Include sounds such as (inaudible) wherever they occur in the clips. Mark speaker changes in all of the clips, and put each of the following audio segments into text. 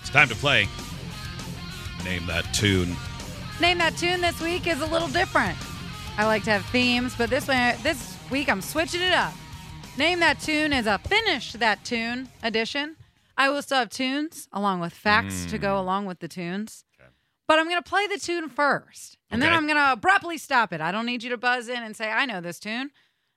Speaker 1: It's time to play. Name that tune.
Speaker 2: Name that tune this week is a little different. I like to have themes, but this way, this week I'm switching it up. Name that tune is a finish that tune edition. I will still have tunes along with facts to go along with the tunes. But I'm going to play the tune first, and then
Speaker 1: Okay.
Speaker 2: I'm going to abruptly stop it. I don't need you to buzz in and say I know this tune.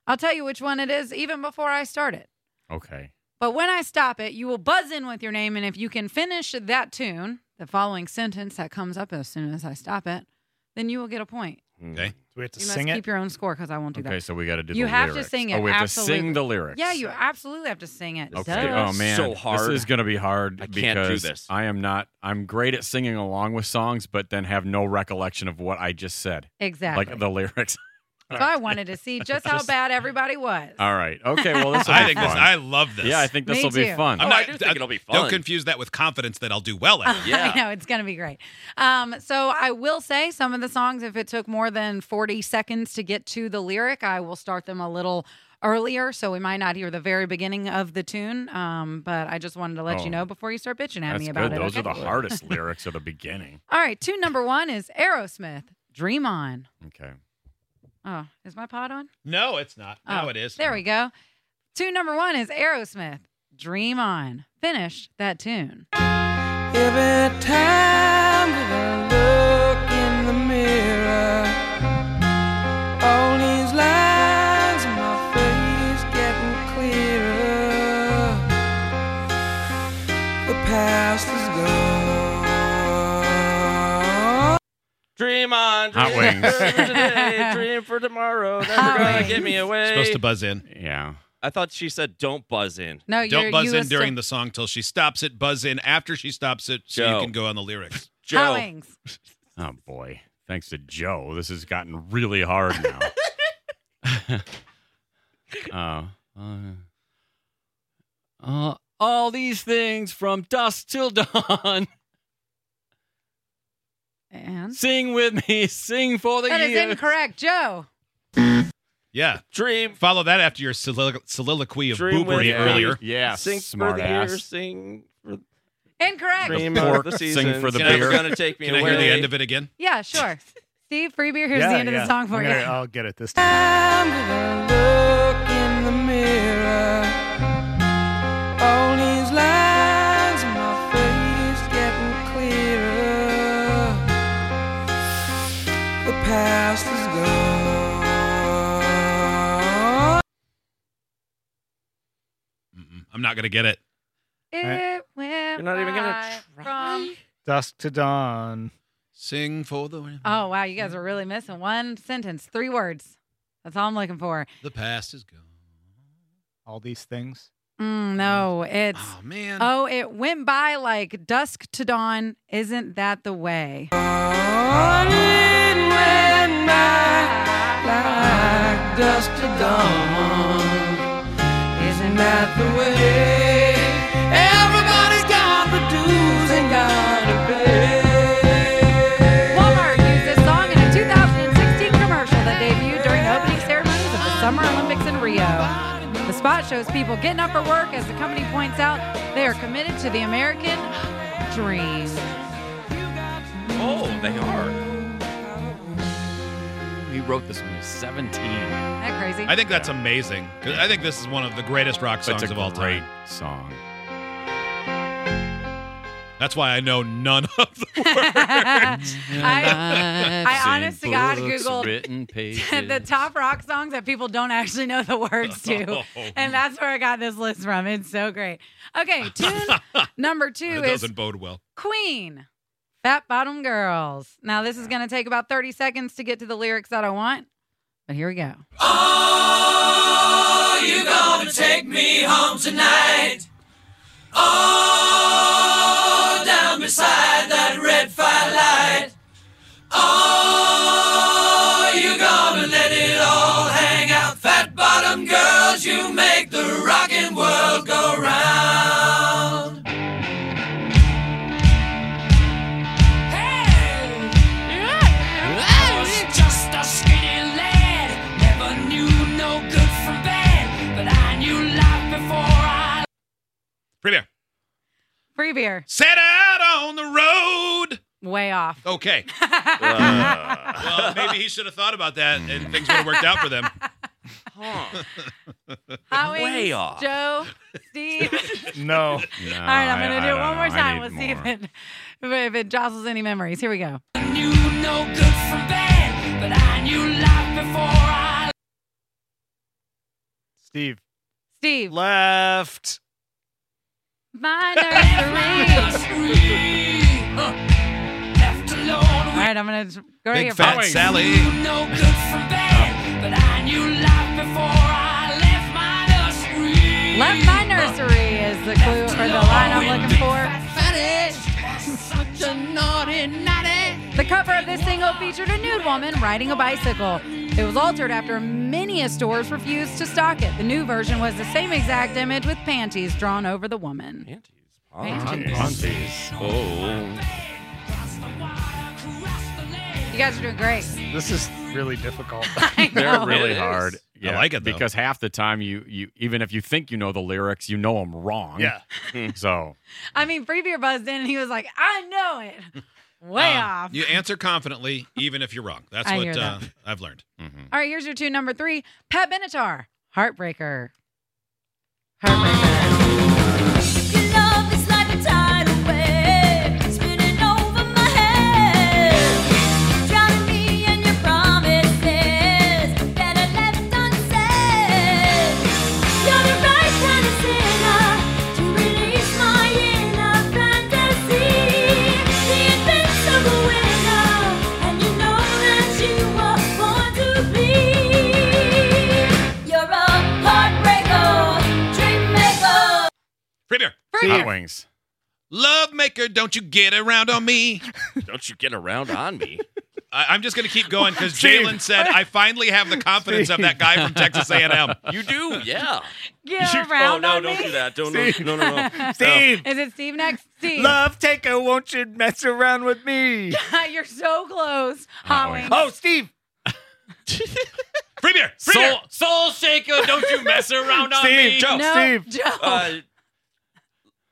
Speaker 2: I'll tell you which one it is even before I start it.
Speaker 1: Okay.
Speaker 2: But when I stop it, you will buzz in with your name. And if you can finish that tune, the following sentence that comes up as soon as I stop it, then you will get a point.
Speaker 1: Okay.
Speaker 3: Do we have to
Speaker 2: You
Speaker 3: sing
Speaker 2: must
Speaker 3: it?
Speaker 2: keep your own score because I won't do
Speaker 4: Okay,
Speaker 2: that.
Speaker 4: so we got to do.
Speaker 2: You
Speaker 4: the
Speaker 2: have to
Speaker 4: lyrics.
Speaker 2: sing it,
Speaker 4: Oh, we have to
Speaker 2: absolutely.
Speaker 4: sing the lyrics.
Speaker 2: Yeah, you absolutely have to sing it.
Speaker 4: Okay.
Speaker 2: Duh.
Speaker 4: Oh man,
Speaker 1: So hard.
Speaker 4: This is gonna be hard
Speaker 1: I can't do
Speaker 4: because
Speaker 1: this.
Speaker 4: I am not. I'm great at singing along with songs, but then have no recollection of what I just said,
Speaker 2: Exactly.
Speaker 4: like the lyrics. (laughs)
Speaker 2: so I wanted to see just how bad everybody was.
Speaker 4: All right. Okay. Well,
Speaker 1: (laughs)
Speaker 4: this. will
Speaker 1: I
Speaker 4: be
Speaker 1: think
Speaker 4: fun.
Speaker 1: this. I love this.
Speaker 4: Yeah, I think
Speaker 2: Me
Speaker 4: this will be
Speaker 2: too.
Speaker 4: fun.
Speaker 1: I'm
Speaker 5: Oh,
Speaker 1: not,
Speaker 5: I do think it'll be
Speaker 1: Don't
Speaker 5: fun.
Speaker 1: confuse that with confidence that I'll do well at. it.
Speaker 5: Yeah.
Speaker 2: (laughs) I know it's gonna be great. Um, so I will say some of the songs, if it took more than 40 seconds to get to the lyric, I will start them a little earlier, so we might not hear the very beginning of the tune. Um, but I just wanted to let you
Speaker 4: Oh.
Speaker 2: know before you start bitching at
Speaker 4: That's
Speaker 2: me
Speaker 4: good.
Speaker 2: about it.
Speaker 4: Those are
Speaker 2: okay?
Speaker 4: the
Speaker 2: (laughs)
Speaker 4: hardest lyrics of the beginning.
Speaker 2: All right, tune number one is Aerosmith, Dream On.
Speaker 4: Okay.
Speaker 2: Oh, is my pod on?
Speaker 1: (laughs) No, it's not.
Speaker 2: Oh,
Speaker 1: no, it is.
Speaker 2: There we go. Tune number one is Aerosmith, Dream On. Finish that tune.
Speaker 6: Every time that I look in the mirror, all these lines in my face getting clearer. The past is gone.
Speaker 5: Dream on.
Speaker 4: Hot
Speaker 5: dream
Speaker 4: wings.
Speaker 5: for today, dream for tomorrow. Never
Speaker 2: Hot
Speaker 5: gonna
Speaker 2: wings.
Speaker 5: get me away.
Speaker 1: Supposed to buzz in.
Speaker 4: Yeah.
Speaker 5: I thought she said don't buzz in.
Speaker 2: No,
Speaker 1: Don't
Speaker 2: you're,
Speaker 1: buzz
Speaker 2: you
Speaker 1: in during the song till she stops it. Buzz in after she stops it, so
Speaker 5: Joe.
Speaker 1: you can go on the lyrics.
Speaker 5: Joe.
Speaker 2: Howlings.
Speaker 4: Oh boy. Thanks to Joe, this has gotten really hard
Speaker 2: (laughs)
Speaker 4: now. (laughs) uh, uh, uh, all these things from dusk till dawn.
Speaker 5: (laughs)
Speaker 2: And
Speaker 4: Sing with me, sing for the
Speaker 2: That is
Speaker 4: year.
Speaker 2: incorrect, Joe.
Speaker 1: Yeah.
Speaker 5: Dream.
Speaker 1: Follow that after your solilo- soliloquy of
Speaker 5: Dream with
Speaker 1: boobery
Speaker 5: me.
Speaker 1: earlier.
Speaker 4: Yeah,
Speaker 5: Sing
Speaker 4: smart
Speaker 5: for the
Speaker 4: ass.
Speaker 5: year. Sing for
Speaker 2: Incorrect.
Speaker 5: dream
Speaker 4: The
Speaker 5: of
Speaker 4: pork,
Speaker 5: the
Speaker 4: sing
Speaker 5: season.
Speaker 4: for the
Speaker 5: It's never
Speaker 4: beer.
Speaker 5: gonna take me
Speaker 1: Can I
Speaker 5: away.
Speaker 1: hear the end of it again?
Speaker 2: Yeah, sure. Steve Freebeer, here's
Speaker 3: Yeah,
Speaker 2: the end of
Speaker 3: yeah.
Speaker 2: the song for
Speaker 3: I'm
Speaker 2: you.
Speaker 3: gonna-
Speaker 4: uh,
Speaker 3: I'll get it this time.
Speaker 6: time that I look in the mirror, all these lines in my face getting clearer. The past is gone.
Speaker 1: Mm-mm. I'm not gonna get it.
Speaker 2: It went
Speaker 5: You're not even gonna
Speaker 2: by
Speaker 5: try.
Speaker 3: Dusk to dawn.
Speaker 1: Sing for the.
Speaker 2: from- Oh, wow. You guys are really missing one sentence, three words. That's all I'm looking for.
Speaker 1: The past is gone.
Speaker 3: All these things.
Speaker 2: Mm, no, it's.
Speaker 1: Oh man.
Speaker 2: Oh, it went by like dusk to dawn. Isn't that the way?
Speaker 6: On it went by like dusk to dawn. Isn't that the way? Everybody's got the dues and gotta pay.
Speaker 2: Walmart used this song in a 2016 commercial that debuted during the opening ceremonies of the Summer Olympics in Rio. The spot shows people getting up for work as the company points out they are committed to the American dream.
Speaker 5: Oh, they are.
Speaker 4: He wrote this when he was 17.
Speaker 5: (laughs)
Speaker 2: Isn't that crazy?
Speaker 1: I think that's amazing. 'Cause I think this is one of the greatest rock songs
Speaker 4: That's a
Speaker 1: of all
Speaker 4: great
Speaker 1: time.
Speaker 4: song.
Speaker 1: That's why I know none of
Speaker 2: (laughs)
Speaker 1: the words.
Speaker 2: I- I honest to God Googled
Speaker 4: written
Speaker 2: (laughs) the top rock songs that people don't actually know the words
Speaker 1: (laughs) Oh.
Speaker 2: to. And that's where I got this list from. It's so great.
Speaker 1: (laughs)
Speaker 2: Okay, tune number two
Speaker 1: it
Speaker 2: is
Speaker 1: doesn't bode well.
Speaker 2: Queen, Fat Bottom Girls. Now, this is going to take about 30 seconds to get to the lyrics that I want, but here we go.
Speaker 6: Oh, you gonna take me home tonight? Oh, down beside
Speaker 2: free beer.
Speaker 1: Set out on the road.
Speaker 2: Way off.
Speaker 1: Okay.
Speaker 5: Uh,
Speaker 2: (laughs)
Speaker 1: Well, maybe he should have thought about that, and things would have worked out for them.
Speaker 5: huh.
Speaker 2: Hot wings,
Speaker 5: Way off.
Speaker 2: Joe, Steve. (laughs) Oh.
Speaker 4: No,
Speaker 3: No.
Speaker 2: All right, I'm gonna
Speaker 4: I- I
Speaker 2: do it
Speaker 4: don't
Speaker 2: one more
Speaker 4: know. I
Speaker 2: time.
Speaker 4: need
Speaker 2: We'll see
Speaker 4: more.
Speaker 2: if it, if it jostles any memories. Here we go.
Speaker 6: knew no good from bad, but I knew life before I.
Speaker 3: Steve.
Speaker 2: Steve,
Speaker 1: Left.
Speaker 2: my nursery.
Speaker 6: Huh. Left alone
Speaker 2: All right, I'm gonna j- go to
Speaker 1: Big
Speaker 2: your
Speaker 1: fat
Speaker 4: Boeing.
Speaker 1: Sally.
Speaker 6: knew no good from bad, but I knew life before I left my nursery.
Speaker 2: Left my nursery is the clue or the line I'm looking for.
Speaker 6: Such a naughty, naughty.
Speaker 2: The cover of this single featured a nude woman riding a bicycle. It was altered after many stores refused to stock it. The new version was the same exact image with panties drawn over the woman.
Speaker 5: Panties.
Speaker 2: Panties.
Speaker 5: Panties. Oh.
Speaker 2: You guys are doing great.
Speaker 6: (laughs)
Speaker 3: This is
Speaker 2: (laughs)
Speaker 3: really difficult.
Speaker 2: I
Speaker 5: They're
Speaker 2: know.
Speaker 4: really
Speaker 5: It is.
Speaker 4: hard.
Speaker 1: I like it, though.
Speaker 4: because half the time you you even if you think you know the lyrics, you know them wrong.
Speaker 3: yeah.
Speaker 4: So
Speaker 2: I mean, Freebeer buzzed in and he was like, I know it. Way
Speaker 1: Um,
Speaker 2: off.
Speaker 1: You answer confidently, even if you're wrong. That's
Speaker 2: I
Speaker 1: what
Speaker 2: hear
Speaker 1: uh,
Speaker 2: that.
Speaker 1: I've learned.
Speaker 2: All right, here's your tune number three Pat Benatar, Heartbreaker. Heartbreaker.
Speaker 7: You're a heartbreaker, dream maker.
Speaker 1: Free beer.
Speaker 4: hot
Speaker 2: Freebeer.
Speaker 4: wings.
Speaker 1: Love maker, don't you get around on me.
Speaker 5: Don't you get around on me.
Speaker 1: I, I'm just going to keep going
Speaker 2: (laughs)
Speaker 1: because Jalen said, I finally have the confidence of that guy from Texas A&M.
Speaker 5: You do, yeah.
Speaker 2: Get
Speaker 5: Oh
Speaker 2: around
Speaker 5: no,
Speaker 2: on
Speaker 5: don't
Speaker 2: me.
Speaker 5: do that. Don't no, no, (laughs) no, no.
Speaker 3: Steve.
Speaker 2: Is it Steve next? Steve.
Speaker 3: Love taker, won't you mess around with me?
Speaker 2: (laughs) You're so close. Hot
Speaker 4: wait.
Speaker 2: wings.
Speaker 3: Oh, Steve.
Speaker 1: Free beer. Free
Speaker 4: Soul,
Speaker 1: beer.
Speaker 4: soul shaker, don't you mess around
Speaker 6: (laughs)
Speaker 4: on
Speaker 3: Steve,
Speaker 4: me.
Speaker 3: Joe.
Speaker 2: no,
Speaker 3: Steve.
Speaker 2: Joe.
Speaker 5: Uh,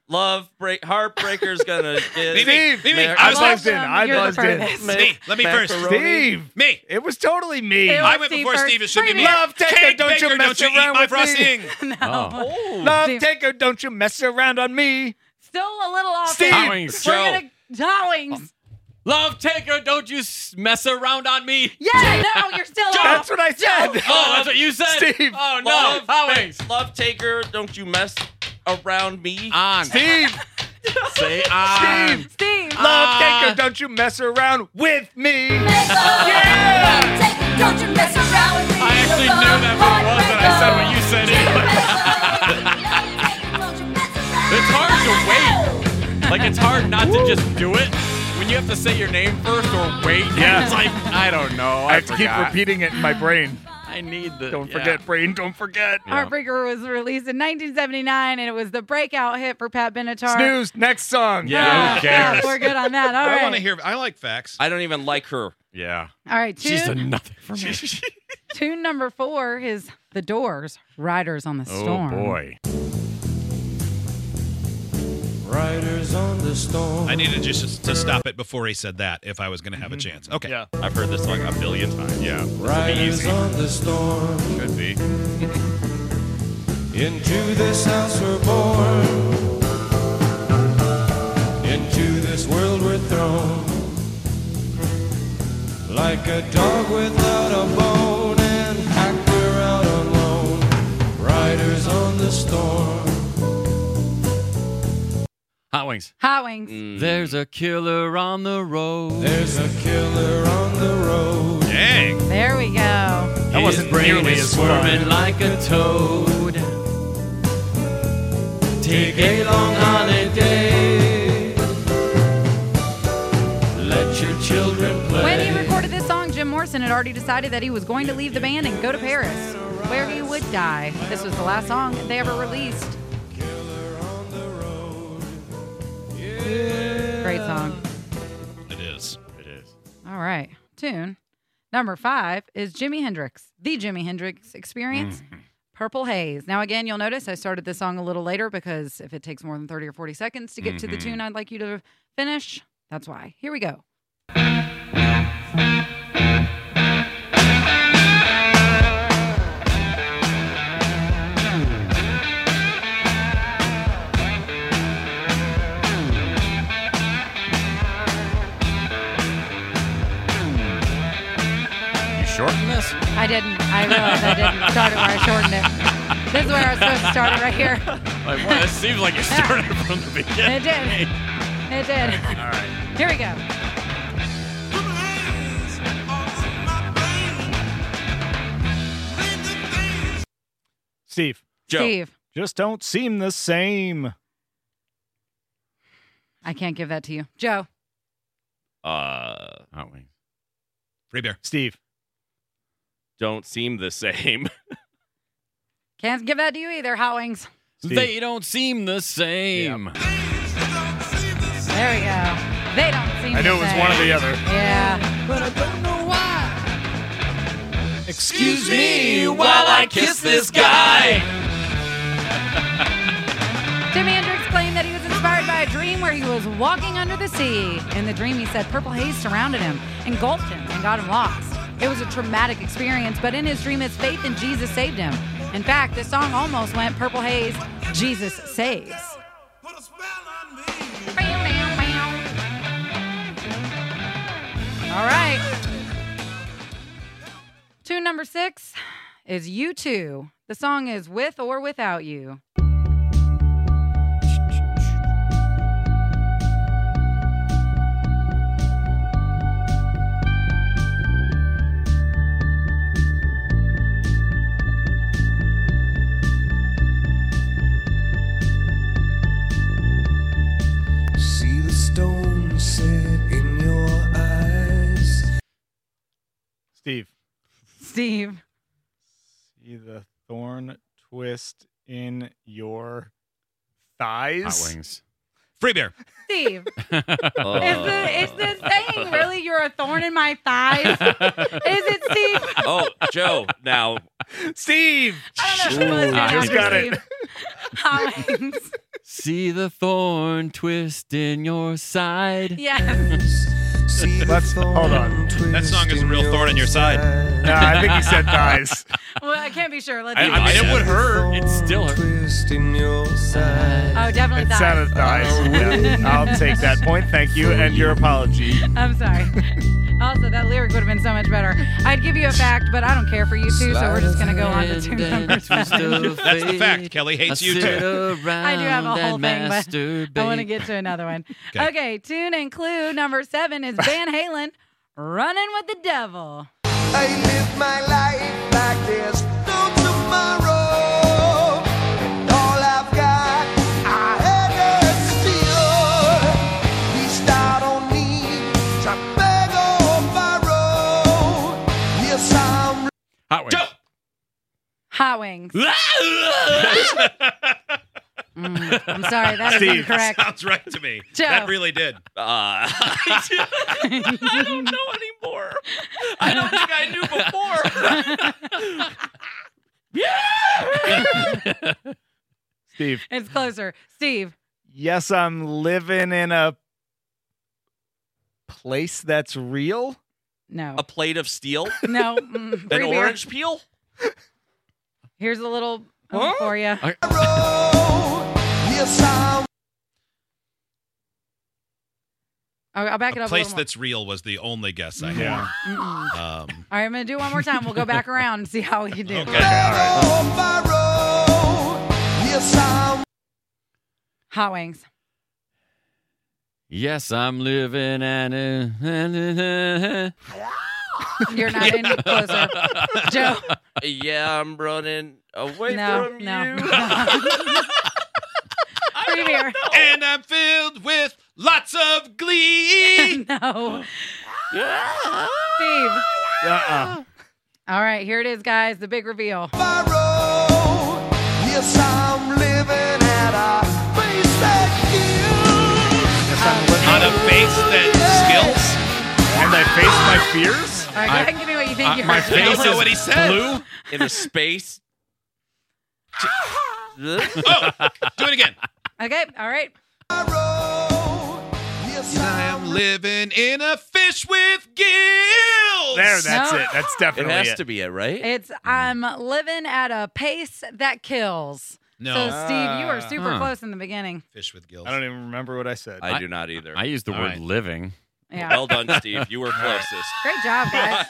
Speaker 5: love break. Heartbreaker's gonna get.
Speaker 3: Steve.
Speaker 1: Me, me.
Speaker 5: Mar-
Speaker 1: I
Speaker 3: I
Speaker 1: was
Speaker 2: love
Speaker 1: like,
Speaker 3: buzzed in.
Speaker 2: them.
Speaker 3: I
Speaker 2: You're the
Speaker 3: buzzed in.
Speaker 2: furthest.
Speaker 5: ma-
Speaker 1: me. Let me first.
Speaker 5: macaroni.
Speaker 3: Steve.
Speaker 1: Me.
Speaker 3: It was totally me.
Speaker 2: It
Speaker 1: I
Speaker 2: was
Speaker 1: went
Speaker 2: Steve
Speaker 1: before
Speaker 2: first.
Speaker 1: Steve. It should be
Speaker 2: Free
Speaker 1: me.
Speaker 2: beer.
Speaker 3: Love taker,
Speaker 1: Cake
Speaker 3: don't you
Speaker 1: baker,
Speaker 3: mess
Speaker 1: don't you
Speaker 3: around
Speaker 1: eat my
Speaker 3: with me.
Speaker 1: frosting.
Speaker 4: Oh.
Speaker 3: Love
Speaker 2: Steve.
Speaker 3: taker, don't you mess around on me.
Speaker 2: Still a little off.
Speaker 3: Steve.
Speaker 4: Hot wings.
Speaker 2: We're
Speaker 4: Joe.
Speaker 2: gonna hot wings.
Speaker 4: Love taker, don't you s- mess around on me.
Speaker 2: Yeah, no, you're still off.
Speaker 3: That's what I said. (laughs)
Speaker 4: Oh, that's what you said.
Speaker 3: Steve.
Speaker 4: Oh no,
Speaker 5: Love,
Speaker 4: hot wings.
Speaker 5: love taker, don't you mess around me.
Speaker 4: On.
Speaker 3: Steve,
Speaker 4: Say on.
Speaker 3: Steve,
Speaker 2: Steve.
Speaker 3: love
Speaker 4: Ah.
Speaker 3: taker, don't you mess around with
Speaker 4: (laughs)
Speaker 3: me.
Speaker 7: Yeah! Take it, don't you mess around with me.
Speaker 4: I actually knew that what it was, and I said what you said anyway. (laughs) It's hard to wait. Like it's hard not to just do it when you have to say your name first or wait. (laughs)
Speaker 3: Yeah.
Speaker 4: It's like I don't know. I,
Speaker 3: I have to keep
Speaker 4: forgot.
Speaker 3: repeating it in my brain.
Speaker 4: I need the.
Speaker 3: Don't
Speaker 4: yeah.
Speaker 3: forget, brain, don't forget.
Speaker 2: Heartbreaker was released in 1979, and it was the breakout hit for Pat Benatar.
Speaker 3: Snooze, next song.
Speaker 4: Yeah.
Speaker 2: Ah,
Speaker 4: Who cares?
Speaker 2: we're good on that. (laughs) All
Speaker 1: I
Speaker 2: right.
Speaker 1: want to hear. I like facts.
Speaker 5: I don't even like her.
Speaker 4: Yeah.
Speaker 2: All right,
Speaker 4: She's
Speaker 2: tune,
Speaker 4: done nothing for me. (laughs)
Speaker 2: tune number four is The Doors, Riders on the
Speaker 4: oh
Speaker 2: Storm.
Speaker 4: boy.
Speaker 6: Riders on the storm.
Speaker 1: I needed just to stop it before he said that if I was going to have a chance. Okay.
Speaker 3: Mm-hmm. Yeah.
Speaker 5: I've heard this song a billion times.
Speaker 4: Yeah.
Speaker 6: Riders on the storm.
Speaker 4: Could be.
Speaker 6: Into this house we're born. Into this world we're thrown. Like a dog without a bone, and hacked we're out alone. Riders on the storm.
Speaker 4: Hot wings.
Speaker 2: Hot wings.
Speaker 4: There's a killer on the road.
Speaker 6: There's a killer on the road.
Speaker 1: Dang.
Speaker 2: There we go.
Speaker 3: That wasn't nearly as fun.
Speaker 4: like a (laughs) toad.
Speaker 6: Take a long holiday. Let your children play.
Speaker 2: When he recorded this song, Jim Morrison had already decided that he was going to leave the band and go to Paris, where he would die. This was the last song they ever released. Great song.
Speaker 1: It is.
Speaker 4: It is.
Speaker 2: All right. Tune number five is Jimi Hendrix, the Jimi Hendrix experience. Purple Haze. Now, again, you'll notice I started this song a little later because if it takes more than 30 or 40 seconds to get to the tune I'd like you to finish, that's why. Here we go.
Speaker 4: You shorten this?
Speaker 2: I didn't. I realized I didn't start it where I shortened it. This is where I was supposed to start it right
Speaker 3: (laughs)
Speaker 2: here.
Speaker 4: Like, what? It seems like you started from the beginning.
Speaker 2: It did. It did. All right. Here we go.
Speaker 3: Steve,
Speaker 5: Joe.
Speaker 2: Steve,
Speaker 3: just don't seem the same.
Speaker 2: I can't give that to you. Joe,
Speaker 5: Uh,
Speaker 4: Aren't we?
Speaker 1: Free beer.
Speaker 3: Steve,
Speaker 5: don't seem the same. (laughs)
Speaker 2: can't give that to you either. Hot wings.
Speaker 3: Steve.
Speaker 4: They don't seem the same.
Speaker 2: There we go. They don't seem
Speaker 3: I knew
Speaker 2: the
Speaker 3: it was
Speaker 2: same.
Speaker 3: one or the other.
Speaker 2: Yeah.
Speaker 3: Excuse me.
Speaker 4: While I kiss this guy.
Speaker 2: Jimi Hendrix claimed that he was inspired by a dream where he was walking under the sea. In the dream, he said purple haze surrounded him, engulfed him, and got him lost. It was a traumatic experience, but in his dream, his faith in Jesus saved him. In fact, the song almost went purple haze, Jesus saves. All right. Tune number six is You Too. The song is With or Without You.
Speaker 6: See the stone set in your eyes.
Speaker 3: Steve,
Speaker 2: Steve.
Speaker 3: see the thorn twist in your thighs.
Speaker 4: wings.
Speaker 1: Free beer.
Speaker 2: Steve.
Speaker 5: Uh,
Speaker 2: Is the, is the saying really you're a thorn in my thighs? is it, Steve?
Speaker 5: oh, Joe. Now,
Speaker 3: Steve,
Speaker 2: I don't know if people listening
Speaker 4: I
Speaker 2: after
Speaker 4: just got
Speaker 3: it.
Speaker 2: Steve. Hot (laughs) wings.
Speaker 4: See the thorn twist in your side.
Speaker 2: Yeah.
Speaker 6: See the
Speaker 3: Let's- hold
Speaker 6: thorn
Speaker 3: on.
Speaker 6: twist
Speaker 1: That song is a
Speaker 6: in
Speaker 1: real thorn in your side.
Speaker 6: side.
Speaker 3: (laughs) nah, I think he said
Speaker 4: (laughs)
Speaker 3: thighs.
Speaker 2: Well, I can't be sure. Let's
Speaker 1: I,
Speaker 2: see.
Speaker 1: I mean, it would hurt.
Speaker 4: It still hurt.
Speaker 6: Twist in your side.
Speaker 2: oh, definitely
Speaker 3: It
Speaker 2: thighs.
Speaker 3: sounded thighs. Oh, Yeah, I'll take that point. Thank you, and your apology.
Speaker 2: I'm sorry. (laughs) Also, that lyric would have been so much better. I'd give you a fact, but I don't care for you two, so we're just going to go on to tune number seven.
Speaker 1: That's the fact. Kelly hates you too.
Speaker 2: (laughs) I do have a whole thing, but I want to get to another one.
Speaker 1: Okay.
Speaker 2: okay. tune and clue number seven is Van Halen, Running with the Devil.
Speaker 6: I live my life like there's no tomorrow. And all I've got, I had to steal. Least I don't need to beg or borrow. Yes, I'm
Speaker 4: Hot wings.
Speaker 2: Hot
Speaker 1: (laughs)
Speaker 2: Wings. Mm, I'm sorry, that is
Speaker 3: (laughs) Steve.
Speaker 2: incorrect.
Speaker 1: Sounds right to me.
Speaker 2: Joe.
Speaker 1: That really did.
Speaker 5: uh, I don't know anymore. I don't think I knew before.
Speaker 3: Steve,
Speaker 2: It's closer. Steve.
Speaker 3: yes, I'm living in a place that's real.
Speaker 2: No.
Speaker 1: Oh.
Speaker 5: A plate of steel,
Speaker 2: No.
Speaker 1: (laughs)
Speaker 2: Mm,
Speaker 5: an
Speaker 2: free beer.
Speaker 5: orange peel.
Speaker 2: Here's a little um, for you. I'll, I'll back it
Speaker 1: A
Speaker 2: up
Speaker 1: place
Speaker 2: a little more.
Speaker 1: that's real was the only guess I
Speaker 3: Yeah.
Speaker 2: Mm-mm.
Speaker 3: (laughs)
Speaker 1: had. Um,
Speaker 2: All right, I'm going to do it one more time. We'll go
Speaker 1: (laughs)
Speaker 2: back around and see how we do.
Speaker 1: okay.
Speaker 2: Hot Wings.
Speaker 4: Yes, I'm living and
Speaker 2: You're not any
Speaker 1: (laughs)
Speaker 2: closer. Joe.
Speaker 5: Yeah, I'm running away
Speaker 2: No,
Speaker 5: from
Speaker 2: (laughs) no.
Speaker 5: you. (laughs)
Speaker 2: Free beer.
Speaker 1: And I'm filled with lots of
Speaker 2: (laughs)
Speaker 1: glee.
Speaker 2: No. Steve.
Speaker 3: Uh-uh.
Speaker 2: All right, here it is, guys. The big reveal.
Speaker 6: Yes, I'm living at a place that kills.
Speaker 3: Yes, I'm living-
Speaker 1: On a face that
Speaker 3: and I face my uh, fears.
Speaker 2: All right, go ahead and give me what you think
Speaker 1: skills.
Speaker 2: you
Speaker 1: my
Speaker 2: heard.
Speaker 1: face
Speaker 2: Joe.
Speaker 1: is what he said. blue.
Speaker 5: In a space
Speaker 1: Oh, do it again.
Speaker 2: Okay, all right.
Speaker 6: Yes,
Speaker 1: I am living in a fish with gills.
Speaker 3: There, that's
Speaker 2: No.
Speaker 3: it. That's
Speaker 5: It
Speaker 3: definitely
Speaker 5: has to be it, right?
Speaker 2: It's I'm living at a pace that kills.
Speaker 1: No.
Speaker 2: So Steve, you were
Speaker 5: Uh.
Speaker 2: super
Speaker 4: Huh.
Speaker 2: close in the beginning.
Speaker 1: Fish with gills.
Speaker 3: I don't even remember what I said.
Speaker 5: I do not either.
Speaker 4: (laughs) I used the
Speaker 1: All
Speaker 4: word
Speaker 1: right.
Speaker 4: living.
Speaker 2: Yeah.
Speaker 5: Well done, Steve. You were closest.
Speaker 3: (laughs)
Speaker 2: Great job, guys.